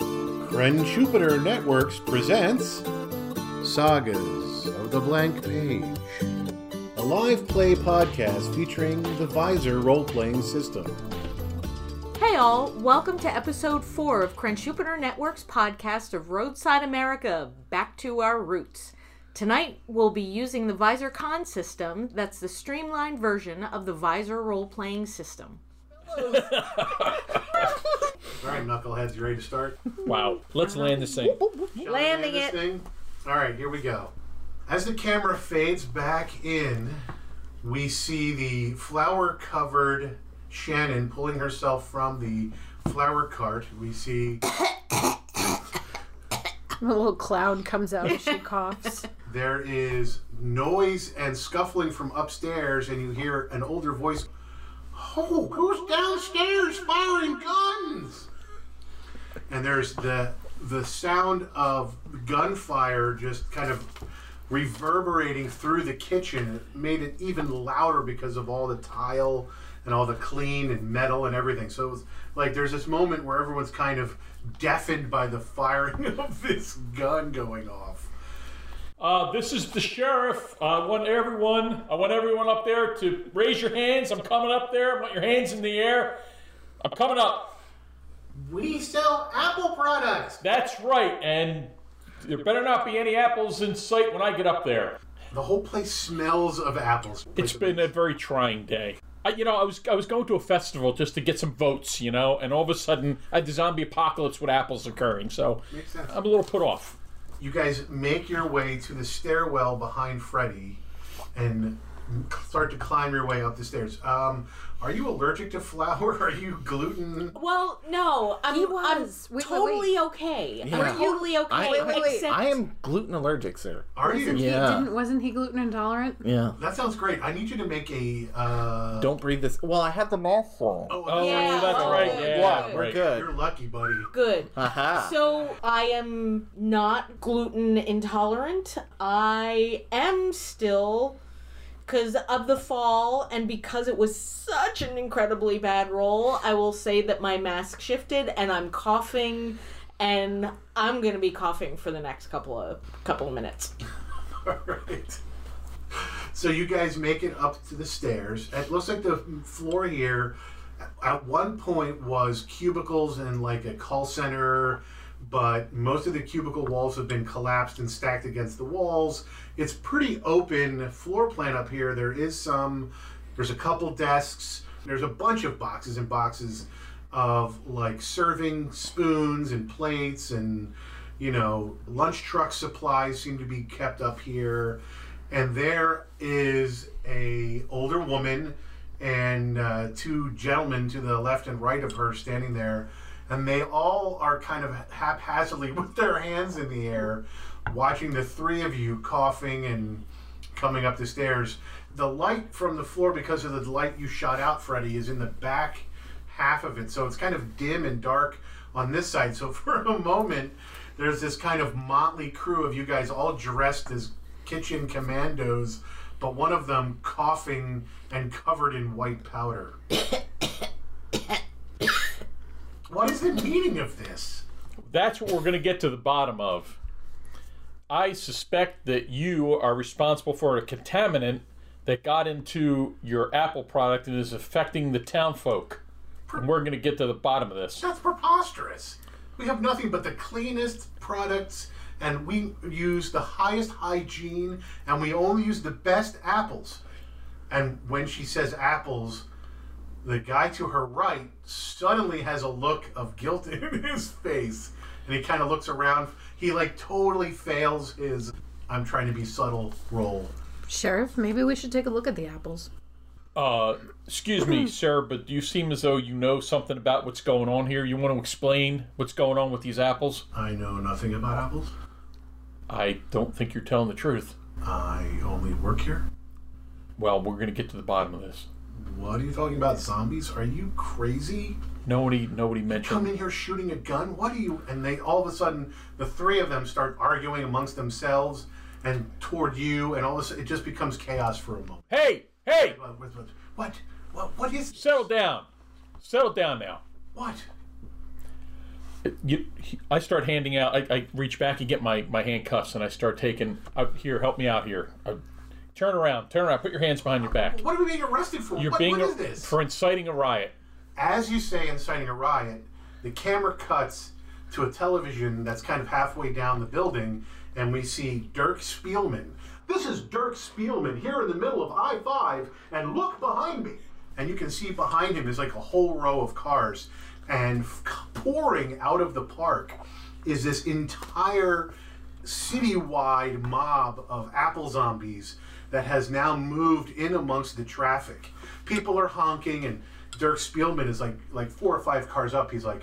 Friend Jupiter Networks presents Sagas of the Blank Page. a live play podcast featuring the Visor role playing system. Hey all, welcome to episode 4 of Crunchupiter Network's podcast of Roadside America, Back to Our Roots. Tonight, we'll be using the Visor Con system, that's the streamlined version of the Visor role playing system. All right, knuckleheads, you ready to start? Wow. Let's land this thing. Landing This it! thing? All right, here we go. As the camera fades back in, we see the flower covered Shannon pulling herself from the flower cart. We see A little clown comes out and she coughs. There is noise and scuffling from upstairs, and you hear an older voice. Oh, who's downstairs firing guns? And there's the the sound of gunfire just kind of reverberating through the kitchen. It made it even louder because of all the tile and all the clean and metal and everything. So it was like there's this moment where everyone's kind of deafened by the firing of this gun going off. Uh, this is the sheriff. I want everyone. I want everyone up there to raise your hands. I'm coming up there. I want your hands in the air. I'm coming up. We sell Apple products. That's right. And there better not be any apples in sight when I get up there. The whole place smells of apples. It's been a very trying day. I, you know, I was I was going to a festival just to get some votes, you know, and all of a sudden I had the zombie apocalypse with apples occurring. So Makes sense. I'm a little put off. You guys make your way to the stairwell behind Freddy, and start to climb your way up the stairs. Um, are you allergic to flour? Are you gluten? Well, no, I'm, He I'm was. Wait, wait, totally okay. Yeah. I'm totally okay. I, wait, wait. except I am gluten allergic, sir. Are you? He Yeah. didn't, wasn't he gluten intolerant? Yeah. That sounds great. I need you to make a. Uh, Don't breathe this. Well, I had the mouth full. Oh, Yeah, that's oh, right. good, Yeah, yeah, We're right. You're good. lucky, buddy. good. Haha. So, I am not gluten intolerant. I am still, because of the fall and because it was such an incredibly bad roll, I will say that my mask shifted and I'm coughing. And I'm gonna be coughing for the next couple of couple of minutes. All right. So you guys make it up to the stairs. It looks like the floor here at one point was cubicles and like a call center, but most of the cubicle walls have been collapsed and stacked against the walls. It's pretty open floor plan up here. There is some there's a couple desks. There's a bunch of boxes and boxes of like serving spoons and plates and you know lunch truck supplies seem to be kept up here and there is a older woman and uh, two gentlemen to the left and right of her standing there and they all are kind of haphazardly with their hands in the air watching the three of you coughing and coming up the stairs. The light from the floor, because of the light you shot out, Freddy, is in the back half of it. So it's kind of dim and dark on this side. So for a moment, there's this kind of motley crew of you guys all dressed as kitchen commandos, but one of them coughing and covered in white powder. what is the meaning of this? That's what we're going to get to the bottom of. I suspect that you are responsible for a contaminant that got into your Apple product and is affecting the town folk. And we're going to get to the bottom of this. That's preposterous. We have nothing but the cleanest products, and we use the highest hygiene, and we only use the best apples. And when she says apples, the guy to her right suddenly has a look of guilt in his face, and he kind of looks around. He like totally fails his "I'm trying to be subtle" role. Sheriff, maybe we should take a look at the apples. Uh, excuse me, sir, but you seem as though you know something about what's going on here. You want to explain what's going on with these apples? I know nothing about apples. I don't think you're telling the truth. I only work here. Well, we're going to get to the bottom of this. What are you talking about? Zombies? Are you crazy? Nobody, nobody come mentioned. in here shooting a gun? What are you? And they all of a sudden, the three of them start arguing amongst themselves and toward you, and all of a sudden it just becomes chaos for a moment. Hey, hey, What? What? What, what is? settle down, settle down now. What? you, he- I start handing out. I, I reach back and get my my handcuffs, and I start taking. I, here, help me out here. I, turn around, turn around. Put your hands behind your back. What are we being arrested for? You're What- being what is a- this? for inciting a riot. As you say, inciting a riot, the camera cuts to a television that's kind of halfway down the building, and we see Dirk Spielman. This is Dirk Spielman here in the middle of I 5, and look behind me. And you can see behind him is like a whole row of cars, and f- pouring out of the park is this entire citywide mob of apple zombies that has now moved in amongst the traffic. People are honking, and Dirk Spielman is like like four or five cars up. He's like,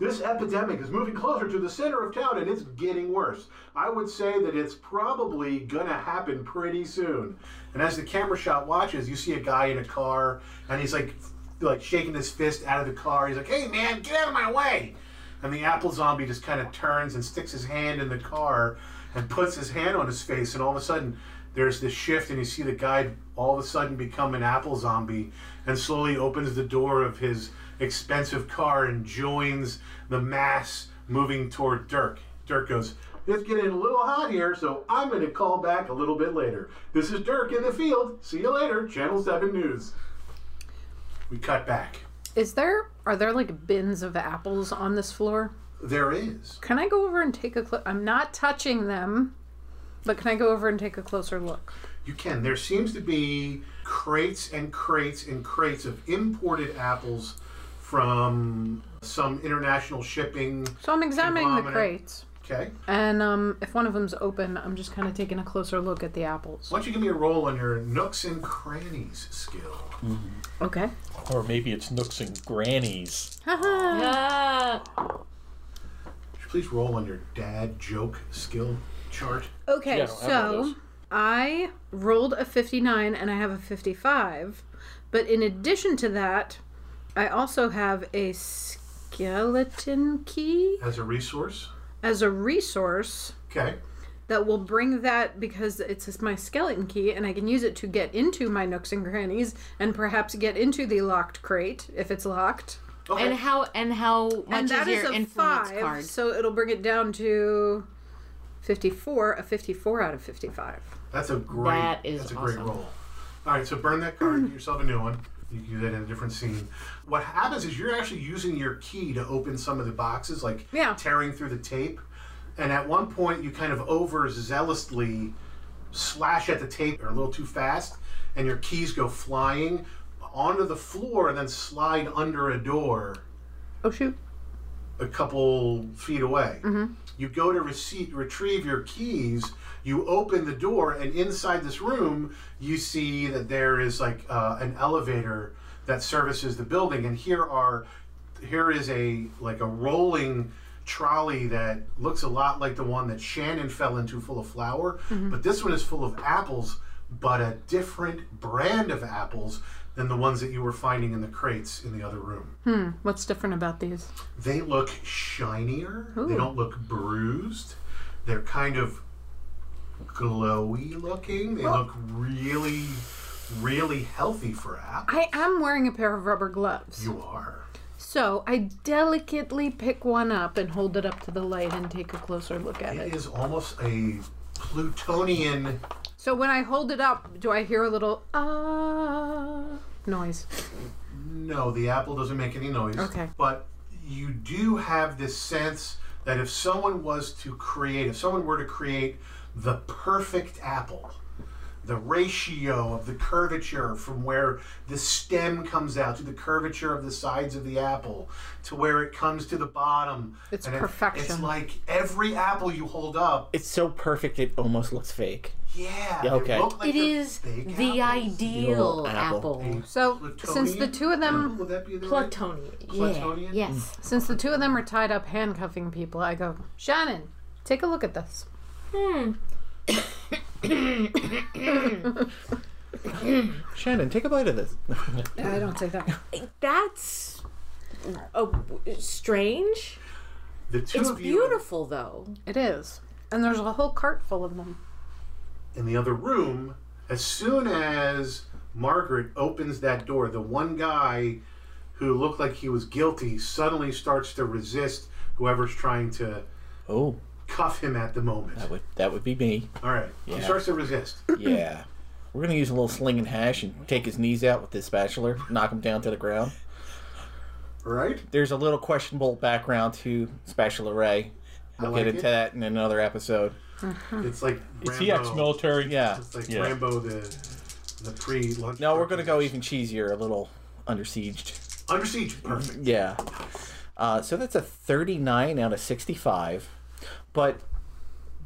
"This epidemic is moving closer to the center of town, and it's getting worse. I would say that it's probably gonna happen pretty soon." And as the camera shot watches, you see a guy in a car, and he's like like shaking his fist out of the car. He's like, "Hey man, get out of my way!" And the apple zombie just kind of turns and sticks his hand in the car and puts his hand on his face. And all of a sudden, there's this shift, and you see the guy all of a sudden become an apple zombie and slowly opens the door of his expensive car and joins the mass moving toward Dirk. Dirk goes, It's getting a little hot here, so I'm going to call back a little bit later. This is Dirk in the field. See you later, Channel 7 News. We cut back. Is there are there like bins of apples on this floor? There is. Can I go over and take a clo I'm not touching them, but can I go over and take a closer look? You can. There seems to be crates and crates and crates of imported apples from some international shipping. So I'm examining the Conglomerate. crates, Okay. and um, if one of them's open, I'm just kind of taking a closer look at the apples. Why don't you give me a roll on your nooks and crannies skill? Okay. Or maybe it's nooks and grannies. Haha. Uh, Ah, Would you please roll on your dad joke skill chart? Okay, Yeah, I don't have one of so those. I rolled a 59 and I have a 55. But in addition to that, I also have a skeleton key As a resource? as a resource Okay. that will bring that because it's just my skeleton key and I can use it to get into my nooks and crannies and perhaps get into the locked crate if it's locked. Okay. And how and how much and that is is your a influence five, card? so it'll bring it down to 54, a 54 out of 55. That's a great. That is that's a awesome. great roll. All right, so burn that card. Get yourself a new one. You can do that in a different scene. What happens is you're actually using your key to open some of the boxes, like Yeah. tearing through the tape. And at one point, you kind of overzealously slash at the tape or a little too fast, and your keys go flying onto the floor and then slide under a door Oh, shoot. a couple feet away. You go to receipt, retrieve your keys. You open the door, and inside this room, you see that there is like uh, an elevator that services the building. And here are, here is a like a rolling trolley that looks a lot like the one that Shannon fell into, full of flour. But this one is full of apples, but a different brand of apples than the ones that you were finding in the crates in the other room What's different about these? they look shinier. They don't look bruised. They're kind of glowy looking. They look really, really healthy for apple. I am wearing a pair of rubber gloves. You are. So I delicately pick one up and hold it up to the light and take a closer look at It it. is almost a plutonian. So when I hold it up, do I hear a little ah noise? No, the apple doesn't make any noise. Okay. But you do have this sense that if someone was to create, if someone were to create the perfect apple, the ratio of the curvature from where the stem comes out to the curvature of the sides of the apple to where it comes to the bottom. It's it- it's perfection. like every apple you hold up. It's so perfect it almost looks fake. Yeah. Yeah, okay. It, look like it they're is fake the apples. ideal Ideal apple. apple. So Plutonian? since the two of them, Would that be the right- Plutonian. Yeah. Plutonian? Yes. since the two of them are tied up handcuffing people, I go Shannon, take a look at this. Shannon, take a bite of this. I don't say that. That's a, strange. The two It's of you beautiful though. It is, and there's a whole cart full of them. in the other room, as soon as Margaret opens that door, the one guy who looked like he was guilty suddenly starts to resist whoever's trying to Oh, cuff him at the moment. that would that would be me. All right. He Yeah. starts to resist. Yeah. We're gonna use a little sling and hash and take his knees out with this spatula, knock him down to the ground. All right. There's a little questionable background to spatula Ray. I We'll like get into it. that in another episode. It's like Is he Rambo. ex-military? Yeah. It's like Yeah. Rambo the the pre lunch. No, we're gonna go even cheesier, a little under sieged. under siege. Perfect. Yeah. Uh, so that's a 39 out of 65. But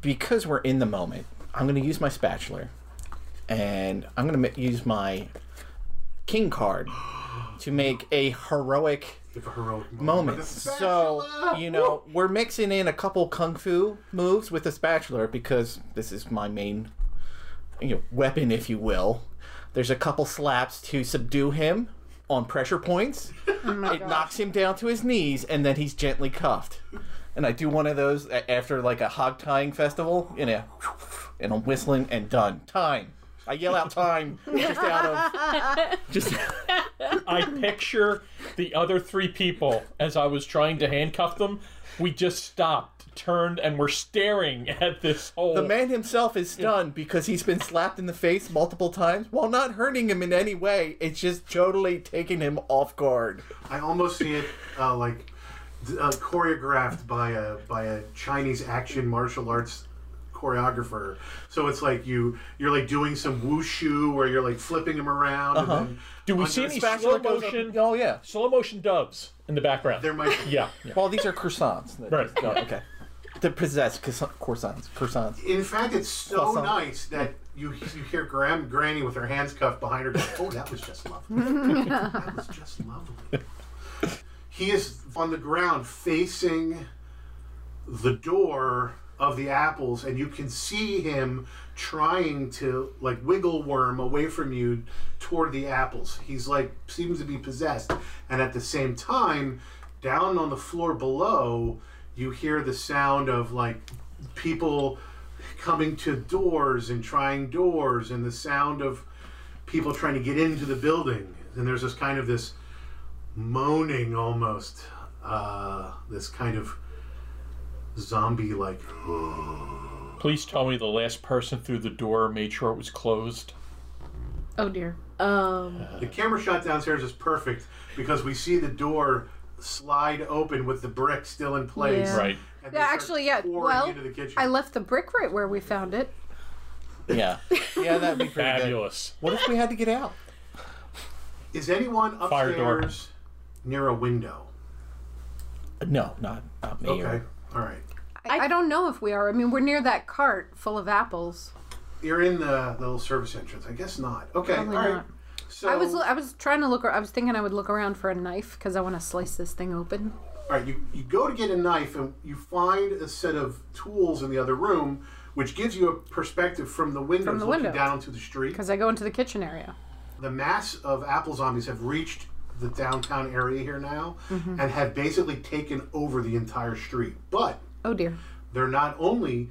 because we're in the moment, I'm going to use my spatula and I'm going to use my king card to make a heroic Give a heroic moment. moment. With a So, spatula! you know, we're mixing in a couple kung fu moves with the spatula because this is my main you know, weapon, if you will. There's a couple slaps to subdue him on pressure points. it knocks him down to his knees, and then he's gently cuffed. And I do one of those a- after like a hog tying festival, you know, and I'm whistling and done. Time. I yell out time just out of just I picture the other three people as I was trying to handcuff them. We just stopped, turned, and were staring at this whole. The man himself is stunned because he's been slapped in the face multiple times while not hurting him in any way. It's just totally taking him off guard. I almost see it uh, like uh, choreographed by a by a Chinese action martial arts choreographer. So it's like you you're like doing some wushu where you're like flipping him around. And then Uh-huh. Do we under see a any spatula slow goes up- motion? Oh, yeah. Slow motion doves in the background. There might be. yeah, yeah. Well, these are croissants. Right. Oh, okay. The possessed croissant- croissants. Croissants. In fact, it's so Croissant. nice that you you hear Gram, Granny with her hands cuffed behind her. Going, oh, that was just lovely. that was just lovely. He is on the ground facing the door of the apples, and you can see him trying to like wiggle worm away from you toward the apples. He's like seems to be possessed, and at the same time, down on the floor below, you hear the sound of like people coming to doors and trying doors, and the sound of people trying to get into the building. And there's this kind of this moaning almost, uh, this kind of zombie like Please tell me the last person through the door made sure it was closed. Oh dear. Um, the camera shot downstairs is perfect because we see the door slide open with the brick still in place Yeah. Right. and they Yeah, start actually, yeah. pouring Well, into the kitchen. I left the brick right where we found it. Yeah. Yeah, that'd be pretty good. Fabulous. What if we had to get out? is anyone Fire door. upstairs near a window No, not, not me. okay or- all right I, I don't know if we are. I mean, we're near that cart full of apples. you're in the, the little service entrance i guess not okay Probably all right not. so I was I was trying to look. ar- I was thinking I would look around for a knife because I want to slice this thing open. All right, you, you go to get a knife and you find a set of tools in the other room, which gives you a perspective from the windows the looking window. down to the street. Because I go into the kitchen area. The mass of apple zombies have reached the downtown area here now and have basically taken over the entire street. But Oh dear. they're not only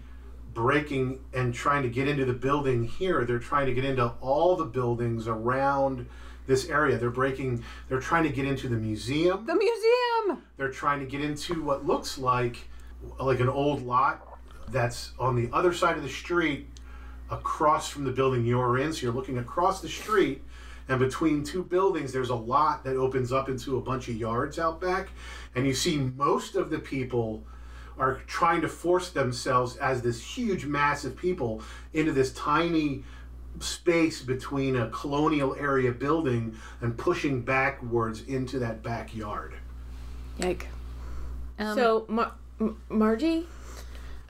breaking and trying to get into the building here they're trying to get into all the buildings around this area they're breaking they're trying to get into the museum The museum. they're trying to get into what looks like like an old lot that's on the other side of the street across from the building you're in so you're looking across the street and between two buildings there's a lot that opens up into a bunch of yards out back and you see most of the people are trying to force themselves as this huge mass of people into this tiny space between a colonial area building and pushing backwards into that backyard Yike. Um, so, Mar- M- Margie?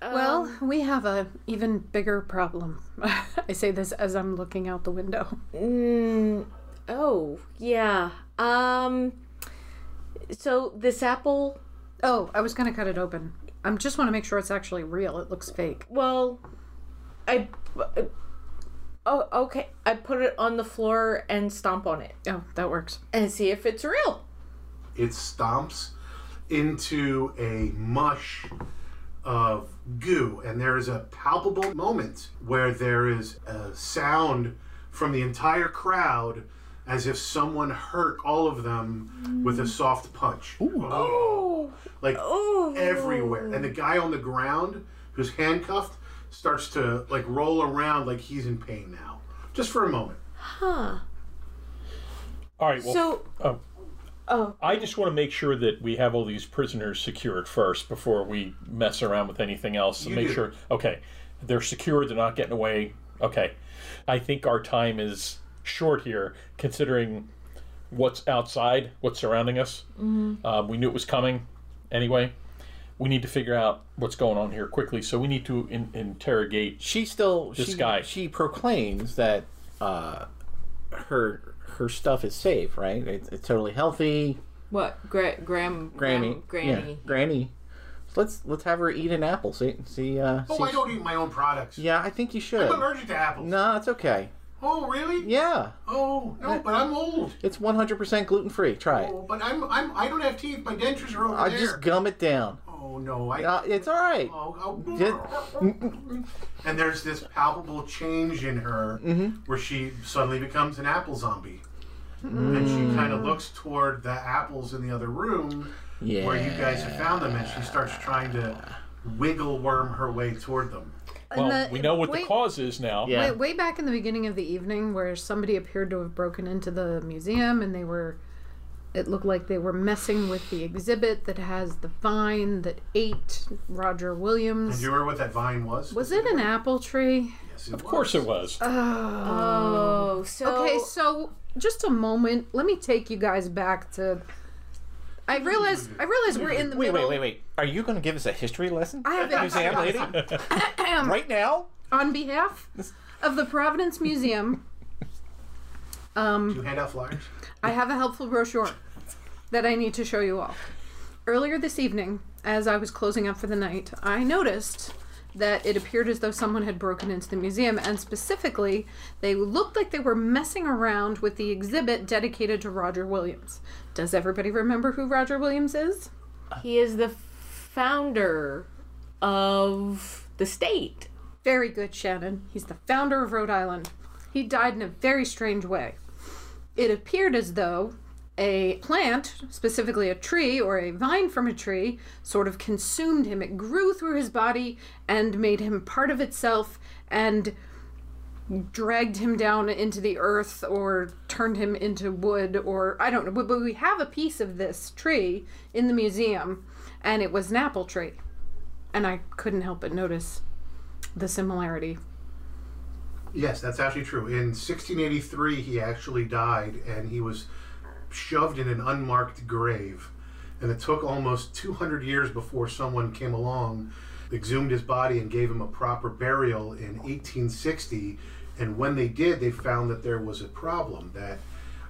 well, we have a even bigger problem. I say this as I'm looking out the window. Mm, oh, yeah. Um, so this apple, Oh, I was gonna cut it open. I just want to make sure it's actually real. It looks fake. well, I. Oh, okay. I put it on the floor and stomp on it Oh, that works. and see if it's real. it stomps into a mush of goo and there is a palpable moment where there is a sound from the entire crowd as if someone hurt all of them with a Mm. soft punch. Oh. Like everywhere. And the guy on the ground who's handcuffed starts to like roll around like he's in pain now. Just for a moment. All right. Well, So, oh. oh, I just want to make sure that we have all these prisoners secured first before we mess around with anything else. And You make do. sure, okay, they're secured, they're not getting away. Okay. I think our time is short here, considering what's outside, what's surrounding us. Um, we knew it was coming anyway. We need to figure out what's going on here quickly, so we need to in- interrogate. she still This she, guy. she proclaims that uh, her her stuff is safe, right? It's, it's totally healthy. What? Gra- Gram? Granny, Gram- granny. yeah, granny. Let's let's have her eat an apple. See, see. Uh, Oh, see I don't eat my own products. yeah, I think you should. I'm allergic to apples. No, it's okay. Oh, really? Yeah, Oh, no, but I'm old. it's 100% gluten free. Try it. Oh, but I'm, I'm, I don't have teeth. My dentures are over I there. just gum it down. oh, no. I, Uh, it's all right. Oh, Yeah. oh. and there's this palpable change in her Mm-hmm. where she suddenly becomes an apple zombie. Mm-hmm. And she kind of looks toward the apples in the other room Yeah. where you guys have found them, and she starts trying to wiggle worm her way toward them. Well, the- we know what wait- the cause is now. Yeah. Uh, Way, way back in the beginning of the evening, where somebody appeared to have broken into the museum and they were, it looked like they were messing with the exhibit that has the vine that ate Roger And do Williams. you remember what that vine was? Was it an apple tree? Yes, Of course it was. Oh, so Okay, so just a moment. Let me take you guys back to. I realize. I realize we're in the Wait, middle. wait, wait, wait. Are you going to give us a history lesson? I have been Museum lady? right now? on behalf of the Providence Museum. Um, Do you hand out flyers? I have a helpful brochure that I need to show you all. Earlier this evening, as I was closing up for the night, I noticed that it appeared as though someone had broken into the museum, and specifically, they looked like they were messing around with the exhibit dedicated to Roger Williams. Does everybody remember who Roger Williams is? he is the founder of the state. Very good, Shannon. He's the founder of Rhode Island. He died in a very strange way. It appeared as though a plant, specifically a tree or a vine from a tree, sort of consumed him. It grew through his body and made him part of itself and dragged him down into the earth or turned him into wood or I don't know. But but we have a piece of this tree in the museum and it was an apple tree. And I couldn't help but notice the similarity. Yes, that's actually true. In 1683, he actually died, and he was shoved in an unmarked grave. And it took almost 200 years before someone came along, exhumed his body, and gave him a proper burial in 1860. And when they did, they found that there was a problem that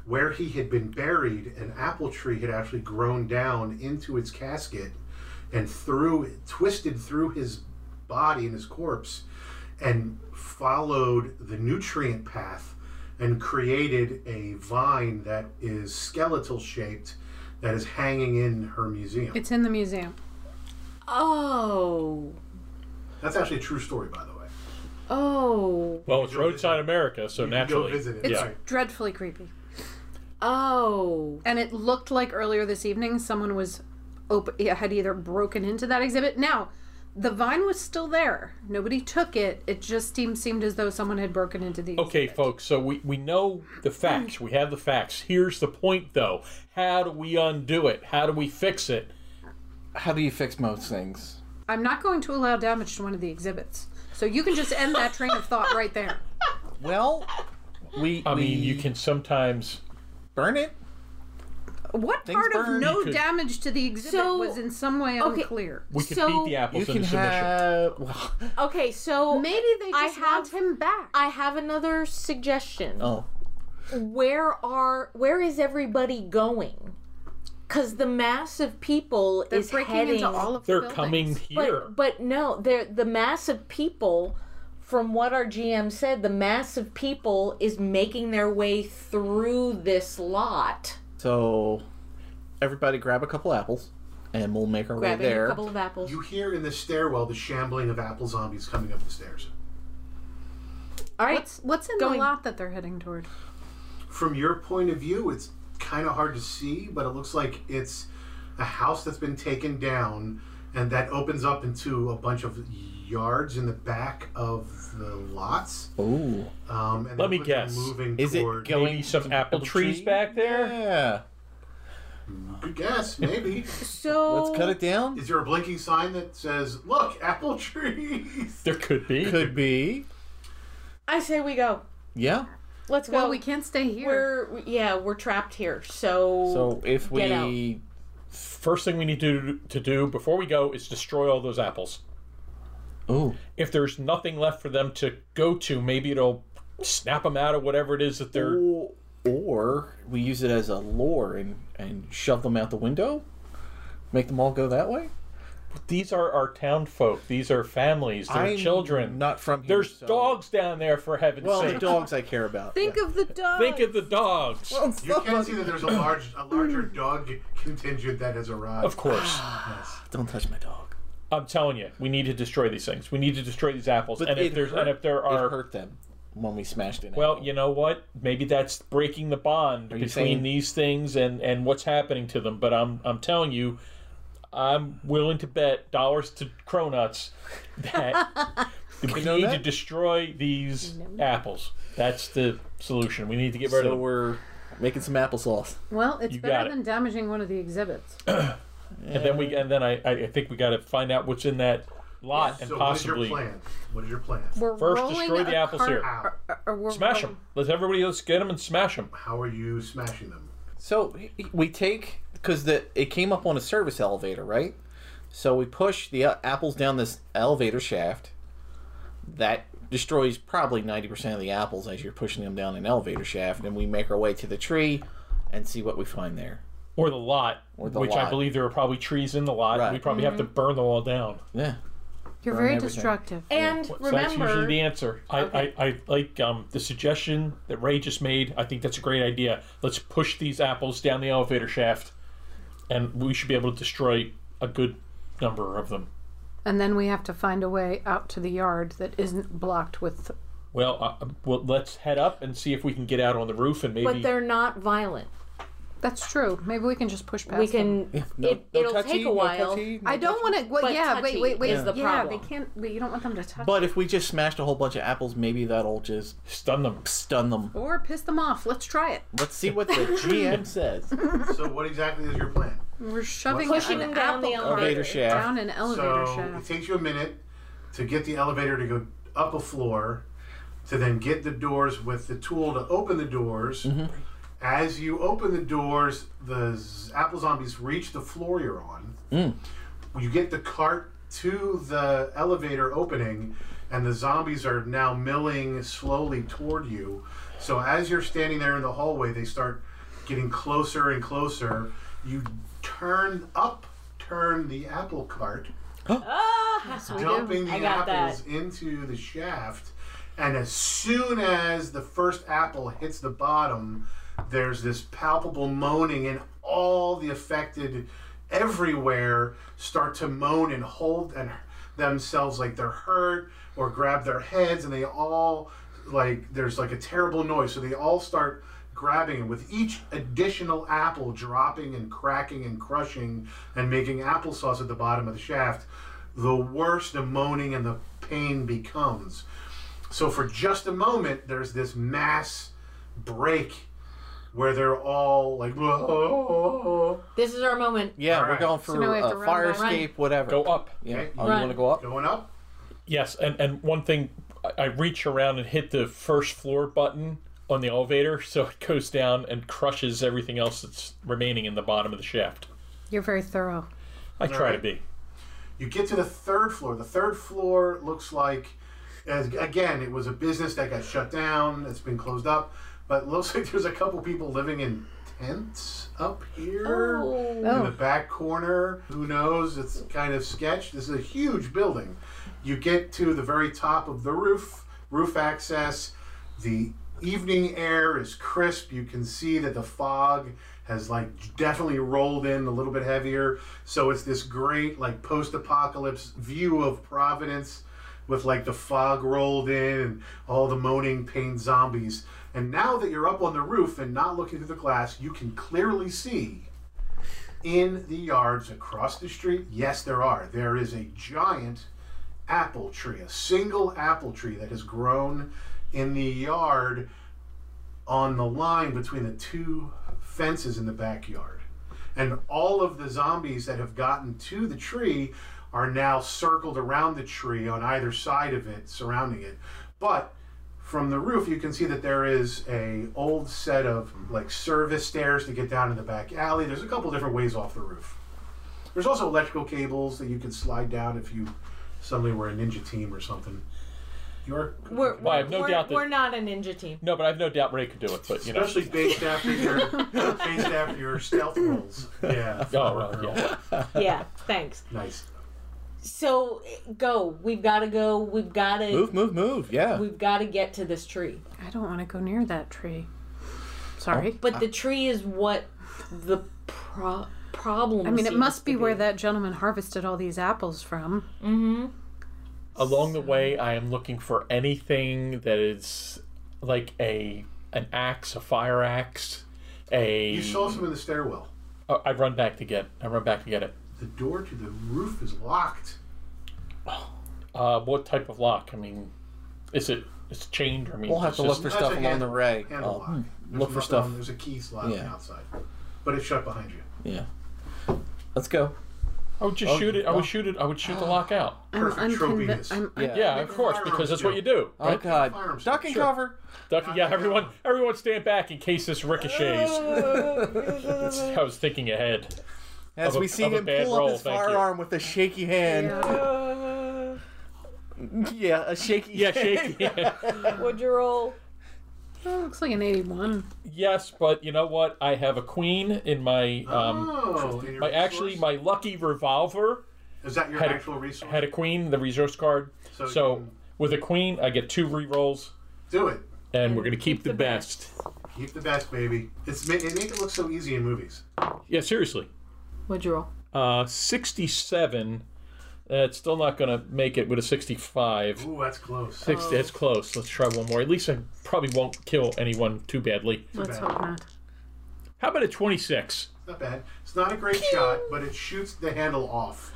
where he had been buried, an apple tree had actually grown down into its casket and through twisted through his body and his corpse and followed the nutrient path and created a vine that is skeletal shaped that is hanging in her museum. It's in the museum. Oh, That's actually a true story, by the way. oh, Well, it's roadside America, so You can naturally. go visit it. It's Yeah. dreadfully creepy. oh. And it looked like earlier this evening someone was op- had either broken into that exhibit. Now, the vine was still there. Nobody took it. It just seemed, seemed as though someone had broken into the Okay, folks, so we, we know the facts. We have the facts. Here's the point, though. How do we undo it? How do we fix it? How do you fix most things? I'm not going to allow damage to one of the exhibits. So you can just end that train of thought right there. Well, we. I we mean, you can sometimes. burn it. What Things part of burned. no You could- damage to the exhibit So- was in some way Okay. unclear? We could So, beat the You apples can into submission. have. Well, okay, so Maybe they I just have- want him back. I have another suggestion. oh, Where are where is everybody going? Cuz the mass of people They're is breaking heading into all of the They're buildings. coming here. but, but no, they're, the mass of people from what our GM said, the mass of people is making their way through this lot. so everybody grab a couple apples, and we'll make our Grabbing way there. a couple of apples. You hear in the stairwell the shambling of apple zombies coming up the stairs. All right. What's what's in Going- the lot that they're heading toward? from your point of view, it's kind of hard to see, but it looks like it's a house that's been taken down, and that opens up into a bunch of yards in the back of the lots. Ooh. Um, and Let it looks me like guess. Moving Is it toward, go- Maybe some apple Apple trees tree? back there. Yeah. Good guess, maybe. So Let's cut it down. Is there a blinking sign that says, "Look, apple trees"? There could be. Could be. I say we go. Yeah. Let's Well, go. we can't stay here. We're yeah, we're trapped here. So, So if Get out. we First thing we need to to do before we go is destroy all those apples. Ooh. If there's nothing left for them to go to, maybe it'll snap them out of whatever it is that they're. Or, or we use it as a lure and, and shove them out the window? Make them all go that way? These are our town folk. These are families. They're I'm children. Not from here. There's so- dogs down there for heaven's Well, the sake. dogs I care about. Think of the dog. Think of the dogs. of You can see that there's a large, a larger dog contingent that has arrived. Of course. Yes. Don't touch my dog. I'm telling you, we need to destroy these things. We need to destroy these apples. and if it there's hurt- and if there it are hurt them when we smashed it. well, you know what? Maybe that's breaking the bond you between saying- these things and and what's happening to them, but I'm I'm telling you I'm willing to bet dollars to cronuts that we know need to that? destroy these apples. That's the solution. We need to get rid so of them. we're making some applesauce. well, it's You got better it. than damaging one of the exhibits. And then we and then I I I think we got to find out what's in that lot and so possibly what is your plan? What is your plan? We're First, rolling destroy the a apples cart- here. How? or we're smash rolling- them. Let everybody else get them and smash them. How are you smashing them? So we take because the it came up on a service elevator, right? So we push the uh, apples down this elevator shaft. That destroys probably ninety percent of the apples as you're pushing them down an elevator shaft, and we make our way to the tree and see what we find there. or the lot, the which I lot. believe there are probably trees in the lot. Right. We probably have to burn the wall down. Yeah. You're very everything. destructive. And So that's usually remember, the answer. I, I, I like um, the suggestion that Ray just made. I think that's a great idea. Let's push these apples down the elevator shaft, and we should be able to destroy a good number of them. And then we have to find a way out to the yard that isn't blocked with. Well, uh, well, let's head up and see if we can get out on the roof and maybe. but they're not violent. That's true. Maybe we can just push past. We them. can. No, it, no it'll touchy, take a no while. touchy, no I don't want to. Well, But yeah, wait, touchy wait, wait. is the yeah, problem. they can't. They, you don't want them to touch. But if we just smashed a whole bunch of apples, maybe that'll just stun them. stun them. or piss them off. Let's try it. Let's see what the GM says. So what exactly is your plan? We're shoving What's- an Pushing down apple the cart Elevator shaft. down an elevator So it shaft. takes you a minute to get the elevator to go up a floor, to then get the doors with the tool to open the doors. As you open the doors, the z- apple zombies reach the floor you're on. You get the cart to the elevator opening, and the zombies are now milling slowly toward you. So as you're standing there in the hallway, they start getting closer and closer. You turn up, turn the apple cart dumping the I got apples into the shaft. And as soon as the first apple hits the bottom, there's this palpable moaning, and all the affected everywhere start to moan and hold and themselves like they're hurt or grab their heads, and they all like there's like a terrible noise. So they all start grabbing, and with each additional apple dropping and cracking and crushing and making applesauce at the bottom of the shaft, the worse the moaning and the pain becomes. So for just a moment, there's this mass break where they're all like, "Whoa." This is our moment. Yeah, we're right. going for now we have a to run, fire run, run. escape, whatever. Go up. Yeah. Okay. Oh, you want to go up? going up. Yes, and, and one thing, I- I reach around and hit the first floor button on the elevator, so it goes down and crushes everything else that's remaining in the bottom of the shaft. You're very thorough. I try to be. You get to the third floor. The third floor looks like, as, again, it was a business that got shut down. It's been closed up, but it looks like there's a couple people living in tents up here in the Oh, back corner. Who knows? It's kind of sketch. This is a huge building. You get to the very top of the roof, roof access. The evening air is crisp. You can see that the fog has like definitely rolled in a little bit heavier. So it's this great like post-apocalypse view of Providence with like the fog rolled in and all the moaning pain zombies. And now that you're up on the roof and not looking through the glass, you can clearly see in the yards across the street. Yes, there are. There is a giant apple tree, a single apple tree that has grown in the yard on the line between the two fences in the backyard. And all of the zombies that have gotten to the tree are now circled around the tree on either side of it, surrounding it. But from the roof you can see that there is a old set of like service stairs to get down in the back alley. There's a couple different ways off the roof. There's also electrical cables that you could slide down if you suddenly were a ninja team or something. You're We're, Well, I have no we're- doubt that- we're not a ninja team. No, but I've no doubt Ray could do it. But you know, especially based after your based after your stealth rolls. Yeah. oh well, yeah. Yeah, thanks. Nice. So go. We've got to go. We've got to. Move, move, move. Yeah. We've got to get to this tree. I don't want to go near that tree. Sorry. But the tree is what the pro- problem. I mean, it seems must to be where that gentleman harvested all these apples from. Along the way, I am looking for anything that is like a an axe, a fire axe, a. You saw some in the stairwell. Oh, I run back to get. I run back to get it. The door to the roof is locked. Uh, what type of lock? I mean, is it it's chained or I mean? We'll have it's to look just- for That's stuff a along hand- the way. Handle Oh, lock. hmm. There's Look for nothing stuff. on- There's a key slot on the Yeah. outside, but it's shut behind you. Yeah. Let's go. I would just shoot it. I would shoot it. I would shoot the lock out. I'm Perfect unconvinced. tropiness. I'm Yeah. Yeah, of course, because that's what you do. Oh Right? God. Firearms. Duck and Sure. cover. Duck- yeah, everyone, everyone, stand back in case this ricochets. That's- I was thinking ahead. As Of a- we see of a him bad pull roll, up his thank you. firearm with a shaky hand. Yeah, a shaky. Yeah, hand. shaky. Would you roll? Oh, It looks like an 81. yes, but you know what? I have a queen in my um, oh, and your my actually resource? my lucky revolver is that your had a- actual resource? had a queen, the resource card. So So, you- with a queen, I get two rerolls, Do it. and we're gonna keep the best. Keep the best, baby. It's ma- it make it look so easy in movies. Yeah, seriously. What'd you roll? Uh, sixty-seven. That's still not gonna make it with a sixty-five. Ooh, that's close. Six, that's close. Let's try one more. At least I probably won't kill anyone too badly. Let's bad. hope not. How about a 26? Not bad. It's not a great shot, but it shoots the handle off.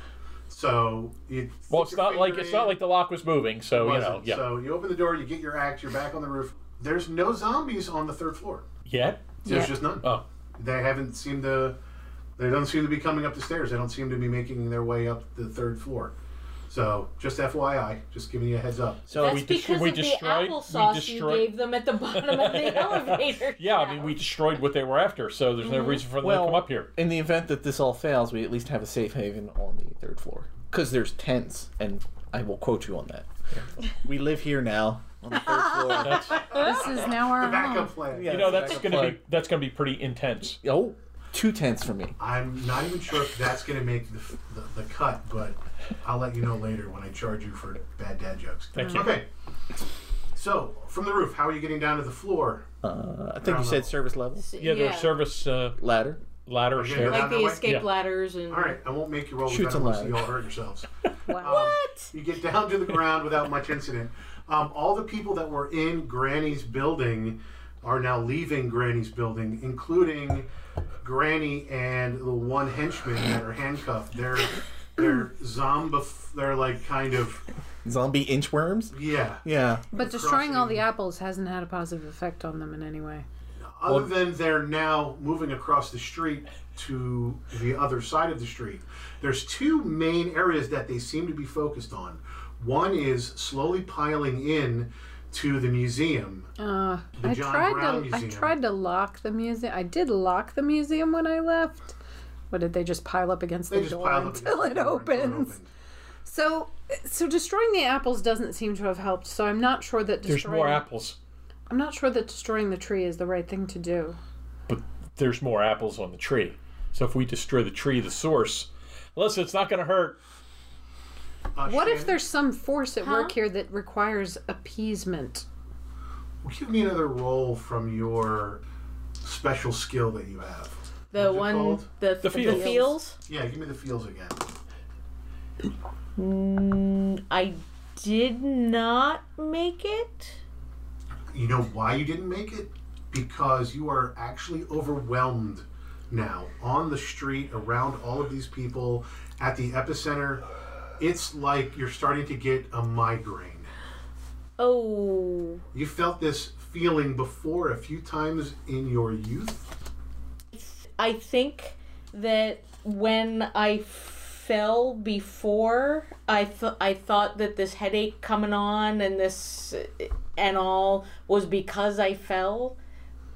So you Well, stick it's your not like finger it's in. not like the lock was moving, so you know, Wasn't. Oh, yeah. So you open the door, you get your axe, you're back on the roof. There's no zombies on the third floor. Yeah. There's just none. Oh, They haven't seemed to. They don't seem to be coming up the stairs. They don't seem to be making their way up the third floor. So just FYI, just giving you a heads up. So That's we dis- because we of destroyed- the we applesauce destroyed- you gave them at the bottom of the elevator. yeah. I mean, we destroyed what they were after, so there's no reason for them Well, to come up here. in the event that this all fails, we at least have a safe haven on the third floor. Because there's tents, and I will quote you on that. we live here now on the third floor. That's, This is now our home. Backup plan. Yeah. you know, that's that's a gonna plug. be that's gonna be pretty intense. Oh, two tents for me. I'm not even sure if that's going to make the, the, the cut, but I'll let you know later when I charge you for bad dad jokes. Thank you. Okay. So, from the roof, how are you getting down to the floor? Uh, I think you Ground said level. service level Yeah, their service uh, ladder. ladder or Okay, stair. that- Like Down that the way? escape Yeah. ladders and All right, I won't make you roll. Shoots Shoot a so ladder. you all hurt yourselves. Wow. what? You get down to the ground without much incident. Um, all the people that were in Granny's building are now leaving Granny's building, including Granny and the one henchman that are handcuffed. They're they're zombie. They're like kind of Zombie inchworms? yeah. Yeah. But destroying all the apples hasn't had a positive effect on them in any way. Other than they're now moving across the street to the other side of the street, there's two main areas that they seem to be focused on. One is slowly piling in to the museum. Uh, The I John tried Brown to I Museum. tried to lock the museum. I did lock the museum when I left. What did they just pile up against They the just door piled up until against it the door until it opens? opened. So so destroying the apples doesn't seem to have helped. So I'm not sure that There's destroying more apples, I'm not sure that destroying the tree is the right thing to do. but there's more apples on the tree. So if we destroy the tree, the source, listen, it's not gonna hurt. Uh, What if Shannon, there's some force at work here that requires appeasement? Give me another roll from your special skill that you have. the What's it one called? the, The fields. fields. Yeah, give me the feels again. I did not make it. You know why you didn't make it? Because you are actually overwhelmed now on the street, around all of these people, at the epicenter. It's like you're starting to get a migraine. Oh, You felt this feeling before a few times in your youth. I think that when I fell before, I th- I thought that this headache coming on and this uh, and all was because I fell,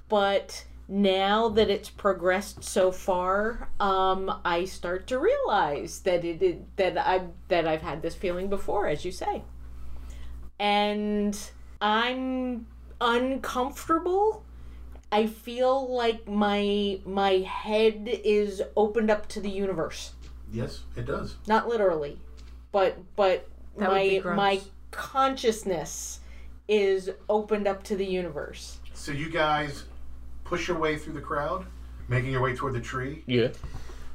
but now that it's progressed so far, um, I start to realize that it, it that I that I've had this feeling before, as you say, and I'm uncomfortable I feel like my my head is opened up to the universe. Yes, it does. Not literally, but but That would be my gross. my consciousness is opened up to the universe. So you guys push your way through the crowd, making your way toward the tree. Yeah.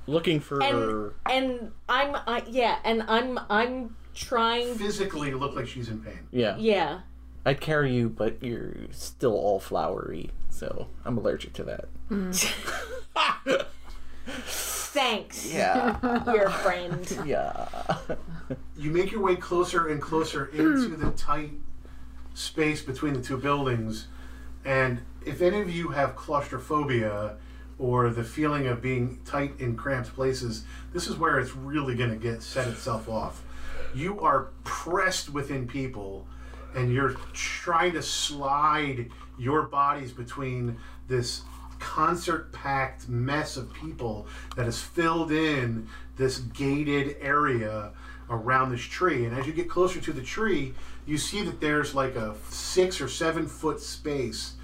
Looking for. And and I'm I, yeah, and I'm I'm trying Physically, you look like she's in pain. yeah. yeah. I'd carry you, but you're still all flowery, so I'm allergic to that. Thanks, Yeah. your friend. yeah. You make your way closer and closer into the tight space between the two buildings, and if any of you have claustrophobia or the feeling of being tight in cramped places, this is where it's really going to get set itself off. You are pressed within people, and you're trying to slide your bodies between this concert packed mess of people that has filled in this gated area around this tree. And as you get closer to the tree, you see that there's like a six or seven foot space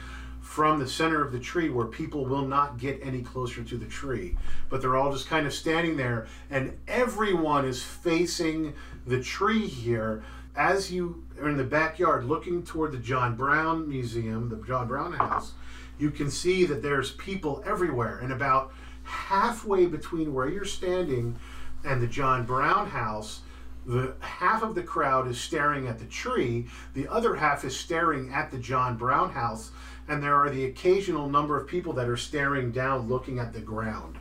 from the center of the tree where people will not get any closer to the tree. But they're all just kind of standing there, and everyone is facing the tree here. As you are in the backyard looking toward the John Brown Museum, the John Brown House, you can see that there's people everywhere. And about halfway between where you're standing and the John Brown House, the half of the crowd is staring at the tree, the other half is staring at the John Brown house, and there are the occasional number of people that are staring down looking at the ground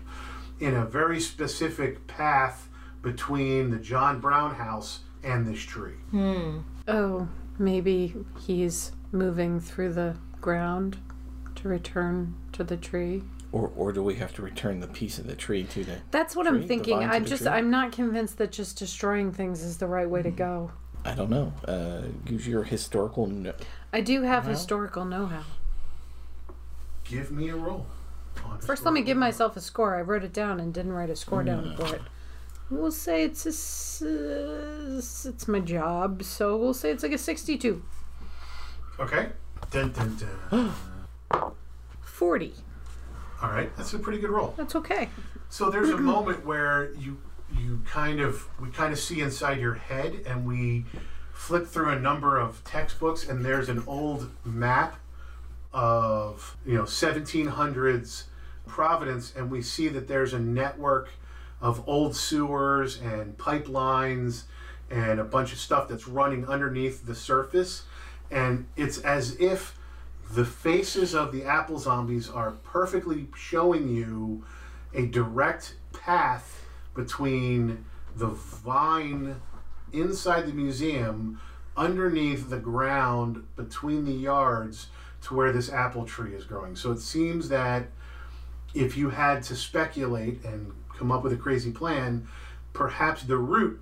in a very specific path between the John Brown house and this tree. Oh, maybe he's moving through the ground to return to the tree. Or, or do we have to return the piece of the tree to the? That's what Tree? I'm The thinking. vine to I'm the just tree? Mm-hmm. I'm not convinced that just destroying things is the right way to go. I don't know. Uh, use your historical. No- I do have historical know-how. Give me a roll. on First, let me historical. give myself a score. I wrote it down and didn't write a score down Mm. for it. We'll say it's a, s- uh, it's my job, so we'll say it's like a 62. Okay. Dun, dun, dun. 40. All right, that's a pretty good roll. That's okay. So there's a moment where you you kind of we kind of see inside your head, and we flip through a number of textbooks, and there's an old map of you know 1700s Providence, and we see that there's a network of old sewers and pipelines and a bunch of stuff that's running underneath the surface, and it's as if the faces of the apple zombies are perfectly showing you a direct path between the vine inside the museum underneath the ground between the yards to where this apple tree is growing. So it seems that if you had to speculate and come up with a crazy plan, perhaps the root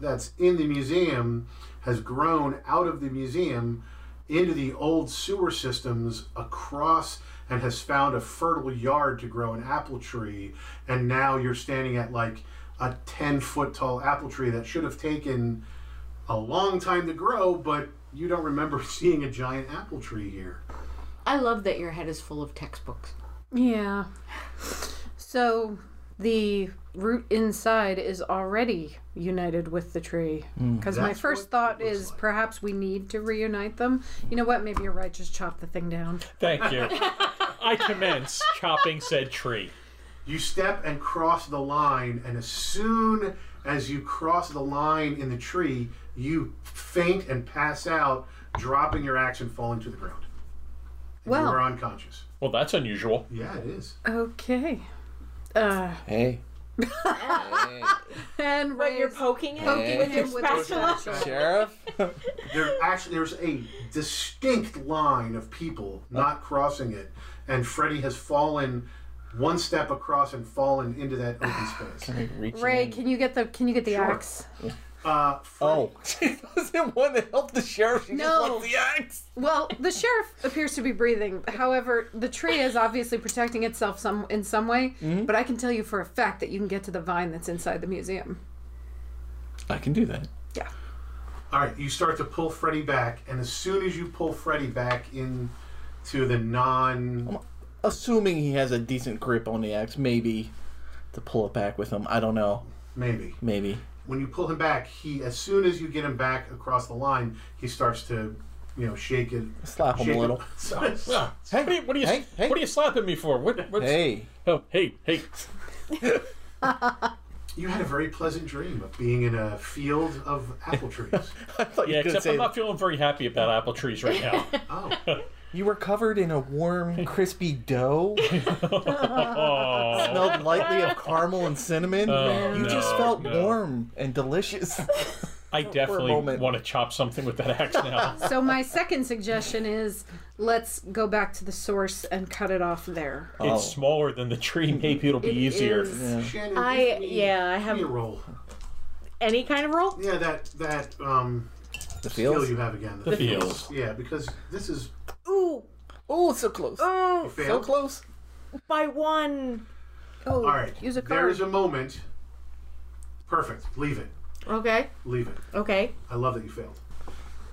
that's in the museum has grown out of the museum into the old sewer systems across and has found a fertile yard to grow an apple tree and now you're standing at like a 10 foot tall apple tree that should have taken a long time to grow but you don't remember seeing a giant apple tree here I love that your head is full of textbooks. Yeah. So the root inside is already united with the tree. Because my Mm, That's first what thought it looks is like. perhaps we need to reunite them. You know what? Maybe you're right. Just chop the thing down. Thank you. I commence chopping said tree. you step and cross the line and as soon as you cross the line in the tree, you faint and pass out, dropping your axe and falling to the ground. And you Well. are unconscious. Well, that's unusual. Yeah, it is. Okay. Uh, Hey. hey. and But you're raise poking it poking with your him with a spatula. spatula. Sheriff? There actually there's a distinct line of people not crossing it, and Freddy has fallen one step across and fallen into that open space. Reaching Ray, in. can you get the can you get the axe? Uh, Freddy- Oh. She doesn't want to help the sheriff. She No. just wants the axe. Well, the sheriff appears to be breathing. However, the tree is obviously protecting itself some in some way. Mm-hmm. But I can tell you for a fact that you can get to the vine that's inside the museum. I can do that. Yeah. All right, you start to pull Freddy back, and as soon as you pull Freddy back into the non, Assuming he has a decent grip on the axe, maybe to pull it back with him. I don't know. maybe Maybe. when you pull him back, he as soon as you get him back across the line, he starts to, you know, shake it, Slap him shake a little. It. So- so- Hey, What are you, what are you, hey, hey. What are you slapping me for? What, what's, hey. Oh, hey, hey. you had a very pleasant dream of being in a field of apple trees. I thought Yeah, you could except say I'm not feeling very happy about apple trees right now. Oh, you were covered in a warm, crispy dough. Smelled lightly of caramel and cinnamon. Oh, you just no, felt no. warm and delicious. I definitely moment. want to chop something with that axe now. So my second suggestion is let's go back to the source and cut it off there. Oh. It's smaller than the tree. Maybe it'll be It easier. is- Shannon, I give me- yeah, I give me a have roll. any kind of roll. Yeah, that that um The skill feels. you have again. The feels. Yeah, because this is Ooh, Oh, so close. ooh, So failed. close. by one. Oh, All right, use a there card. is a moment. Perfect. Leave it. Okay, Leave it. okay. I love that you failed.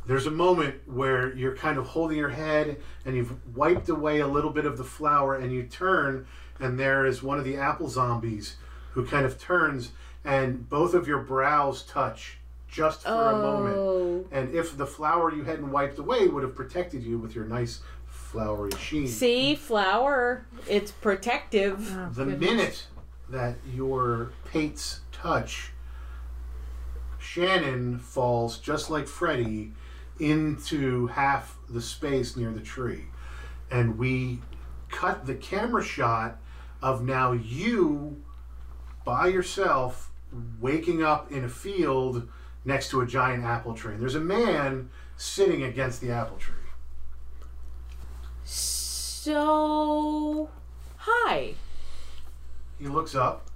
There's a moment where you're kind of holding your head and you've wiped away a little bit of the flour, and you turn, and there is one of the apple zombies who kind of turns, and both of your brows touch just for a Oh. moment. And if the flour you hadn't wiped away would have protected you with your nice floury sheen, See, flower. It's protective. the minute that your pates touch, Shannon falls just like Freddy into half the space near the tree. And we cut the camera shot of now you by yourself waking up in a field next to a giant apple tree. And there's a man sitting against the apple tree. So, hi. He looks up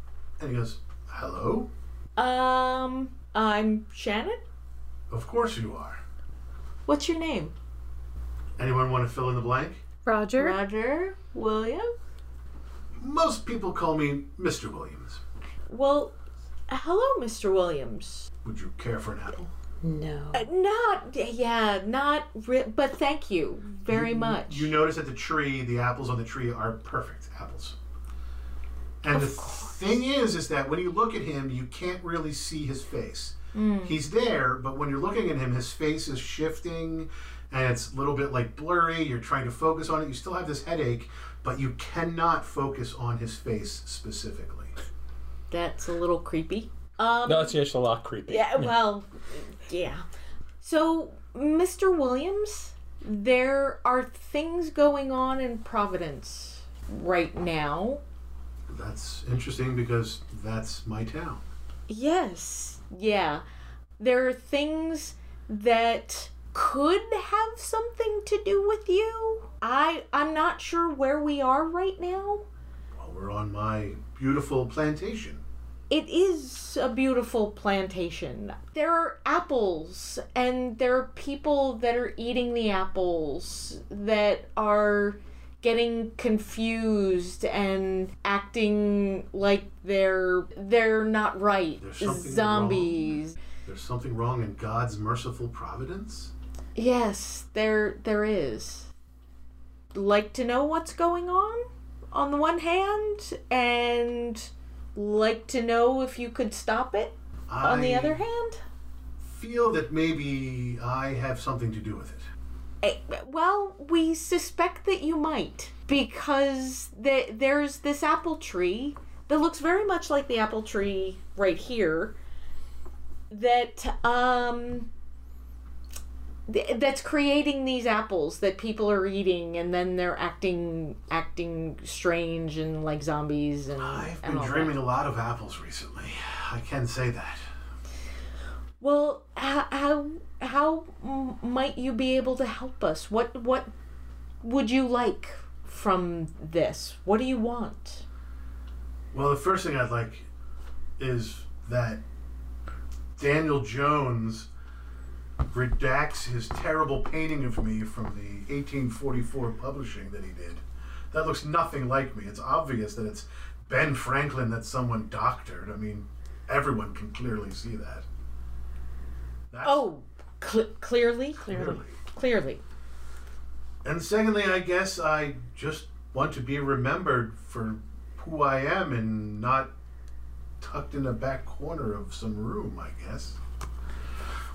and he goes, Hello? Um, I'm Shannon. Of course you are. What's your name? Anyone want to fill in the blank? Roger. Roger William? Most people call me Mr. Williams. Well, hello, Mr. Williams. Would you care for an apple? No. Uh, Not, yeah, not, re- but thank you very much. You notice that the tree, the apples on the tree are perfect apples. And the thing is, is that when you look at him, you can't really see his face. He's there, but when you're looking at him, his face is shifting and it's a little bit like blurry. You're trying to focus on it. You still have this headache, but you cannot focus on his face specifically. That's a little creepy. Um, No, it's just a lot creepy. yeah, well, yeah. So, Mr. Williams, there are things going on in Providence right now. That's interesting because that's my town. Yes, yeah. There are things that could have something to do with you. I I'm not sure where we are right now. Well, we're on my beautiful plantation. It is a beautiful plantation. There are apples, and there are people that are eating the apples that are getting confused and acting like they're they're not right There's something wrong. zombies There's something wrong in God's merciful providence? Yes, there there is. Like to know what's going on on the one hand and like to know if you could stop it on the I other hand. feel that maybe I have something to do with it. Eh, Well, we suspect that you might because the, there's this apple tree that looks very much like the apple tree right here that um th- that's creating these apples that people are eating and then they're acting acting strange and like zombies and I've and been all that. dreaming a lot of apples recently. I can say that. Well, how how, how m- might you be able to help us? What what would you like from this? What do you want? Well, the first thing I'd like is that Daniel Jones redacts his terrible painting of me from the 1844 publishing that he did. That looks nothing like me. It's obvious that it's Ben Franklin that someone doctored. I mean, everyone can clearly see that. That's Oh, cl- clearly, clearly, clearly. clearly. And secondly, I guess I just want to be remembered for who I am and not tucked in a back corner of some room, I guess.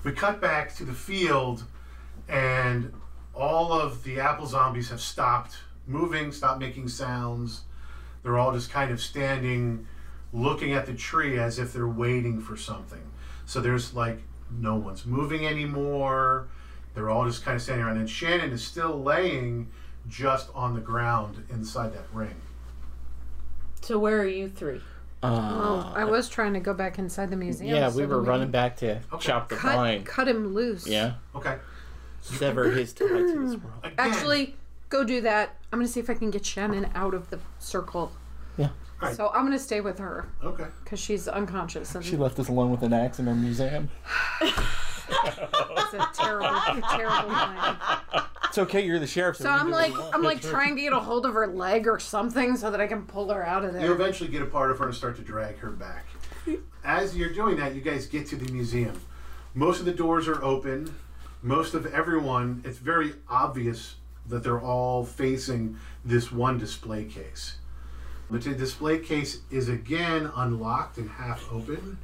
We cut back to the field, and all of the apple zombies have stopped moving, stopped making sounds. They're all just kind of standing, looking at the tree as if they're waiting for something. So there's like no one's moving anymore. They're all just kind of standing around, and Shannon is still laying just on the ground inside that ring. So where are you three? Uh, Oh, I was trying to go back inside the museum. yeah, so we that were running back to Okay. chop the Cut, vine. cut him loose. Yeah, Okay. sever his tie to this world. Again, Actually, go do that. I'm gonna see if I can get Shannon out of the circle. Yeah. Alright. So I'm gonna stay with her okay. because she's unconscious and She left us alone with an axe in her museum. it's a terrible, terrible plan. It's okay, you're the sheriff. So I'm like, I'm like trying to get a hold of her leg or something so that I can pull her out of You there. eventually get a part of her and start to drag her back. As you're doing that, you guys get to the museum. Most of the doors are open. Most of everyone, it's very obvious that they're all facing this one display case. The t- display case is again unlocked and half open.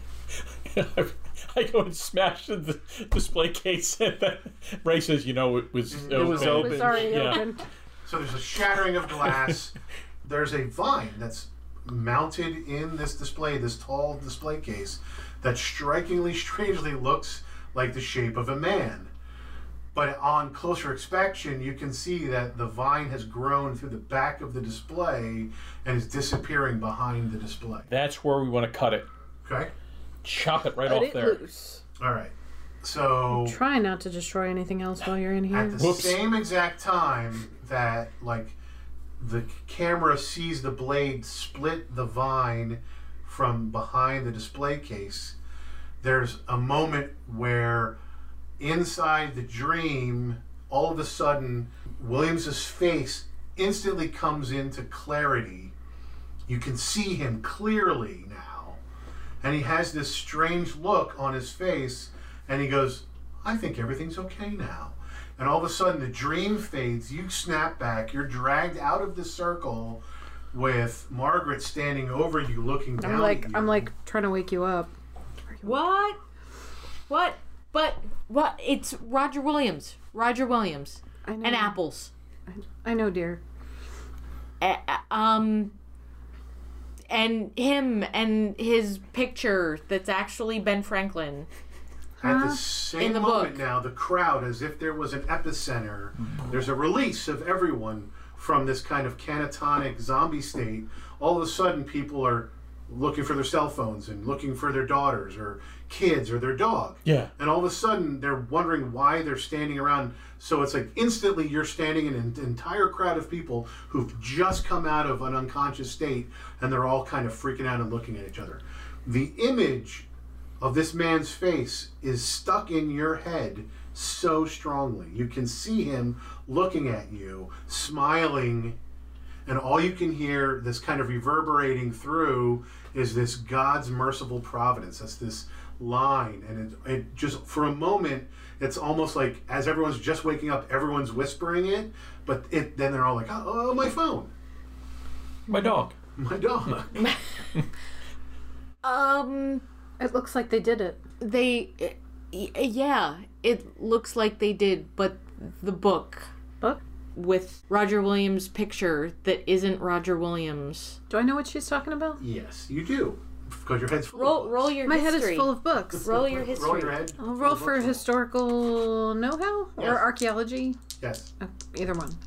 I go and smash the d- display case, and then Ray says, "You know, it was it was It open. was already Yeah. open. So there's a shattering of glass. there's a vine that's mounted in this display, this tall display case, that strikingly, strangely looks like the shape of a man. But on closer inspection, you can see that the vine has grown through the back of the display and is disappearing behind the display. That's where we want to cut it. Okay? Chop it right Cut off it there. loose. All right. So. Try not to destroy anything else while you're in at here. the Whoops. same exact time that like the camera sees the blade split the vine from behind the display case there's a moment where inside the dream all of a sudden williams's face instantly comes into clarity you can see him clearly now and he has this strange look on his face and he goes i think everything's okay now and all of a sudden the dream fades you snap back you're dragged out of the circle with margaret standing over you looking down I'm at like, you. I'm like trying to wake you up. What? What? But what? It's Roger Williams. Roger Williams I know. and apples. I know, dear. A- a- um and him and his picture that's actually Ben Franklin. At the same In the moment book. now, the crowd, as if there was an epicenter, there's a release of everyone from this kind of canatonic zombie state. All of a sudden, people are looking for their cell phones and looking for their daughters or kids or their dog. Yeah. And all of a sudden, they're wondering why they're standing around. So it's like instantly you're standing in an entire crowd of people who've just come out of an unconscious state and they're all kind of freaking out and looking at each other. The image of this man's face is stuck in your head so strongly. You can see him looking at you, smiling, and all you can hear this kind of reverberating through is this God's merciful providence. That's this line, and it, it just for a moment, it's almost like as everyone's just waking up, everyone's whispering it, but it then they're all like, "Oh, oh, my phone, My dog. my dog." Um It looks like they did it. they eh, y- yeah, it looks like they did, but the book Book? with Roger Williams' picture that isn't Roger Williams. Do I know what she's talking about? yes, you do. because your head's full. Roll, Oh, of roll your My history. head is full of books. roll your books. history. Roll your head. I'll roll for historical know-how Yes. or archaeology. Yes. Oh, either one.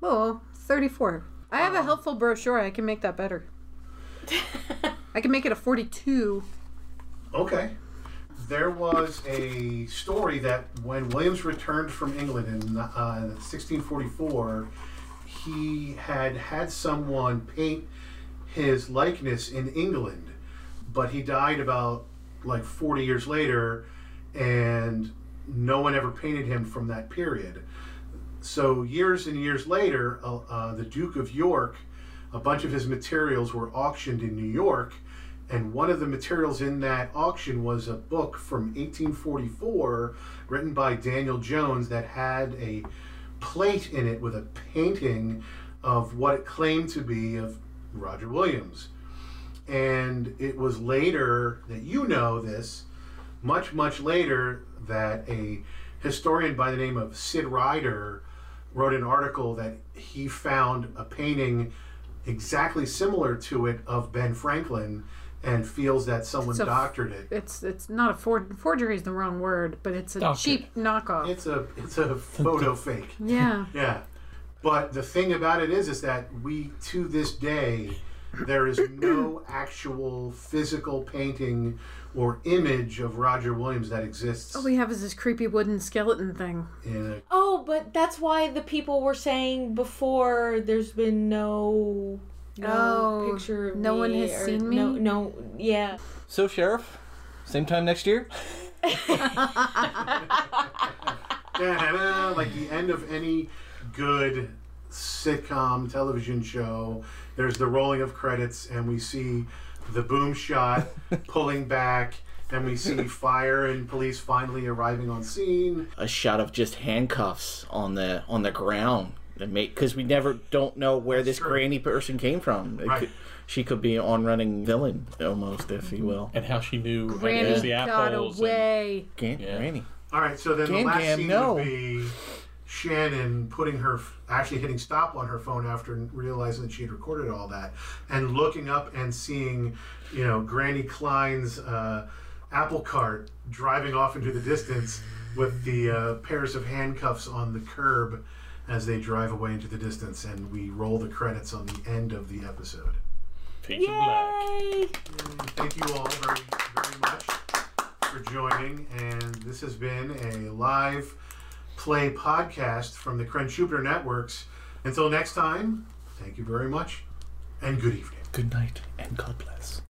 Whoa, 34. I have a helpful brochure. I can make that better. I can make it a 42. Okay. There was a story that when Williams returned from England in uh, 1644, he had had someone paint his likeness in England, but he died about like 40 years later, and no one ever painted him from that period. So, years and years later, uh, uh, the Duke of York, a bunch of his materials were auctioned in New York, and one of the materials in that auction was a book from 1844 written by Daniel Jones that had a plate in it with a painting of what it claimed to be of Roger Williams. And it was later that you know this, much, much later, that a historian by the name of Sid Ryder wrote an article that he found a painting exactly similar to it of Ben Franklin and feels that someone It's a- doctored it. It's it's not a for- forgery is the wrong word, but it's a Doctor. cheap knockoff. It's a it's a photo fake. yeah. Yeah. But the thing about it is, is that we, to this day, there is no actual physical painting or image of Roger Williams that exists. All Oh, we have is this creepy wooden skeleton thing. in a, Oh, but that's why the people were saying before there's been no no Oh, picture of no me one has or seen me? No, no, yeah. So, Sheriff, same time next year? Da-da-da, like the end of any good sitcom television show, there's the rolling of credits, and we see the boom shot pulling back, and we see fire and police finally arriving on scene. A shot of just handcuffs on the on the ground. Because we never don't know where this Sure. granny person came from. It Right. could- she could be an on-running villain, almost, if you will. and how she knew how to Granny use the got apples. and- away. Gran- Yeah. Granny. All right, so then the Can last Cam, scene no. would be Shannon putting her, actually hitting stop on her phone after realizing that she had recorded all that, and looking up and seeing, you know, Granny Klein's uh, apple cart driving off into the distance with the uh, pairs of handcuffs on the curb as they drive away into the distance, and we roll the credits on the end of the episode. Page of black. Yay! Thank you all very, very much for joining. And this has been a live play podcast from the Crunch Jupiter Networks. Until next time, thank you very much and good evening. Good night, and God bless.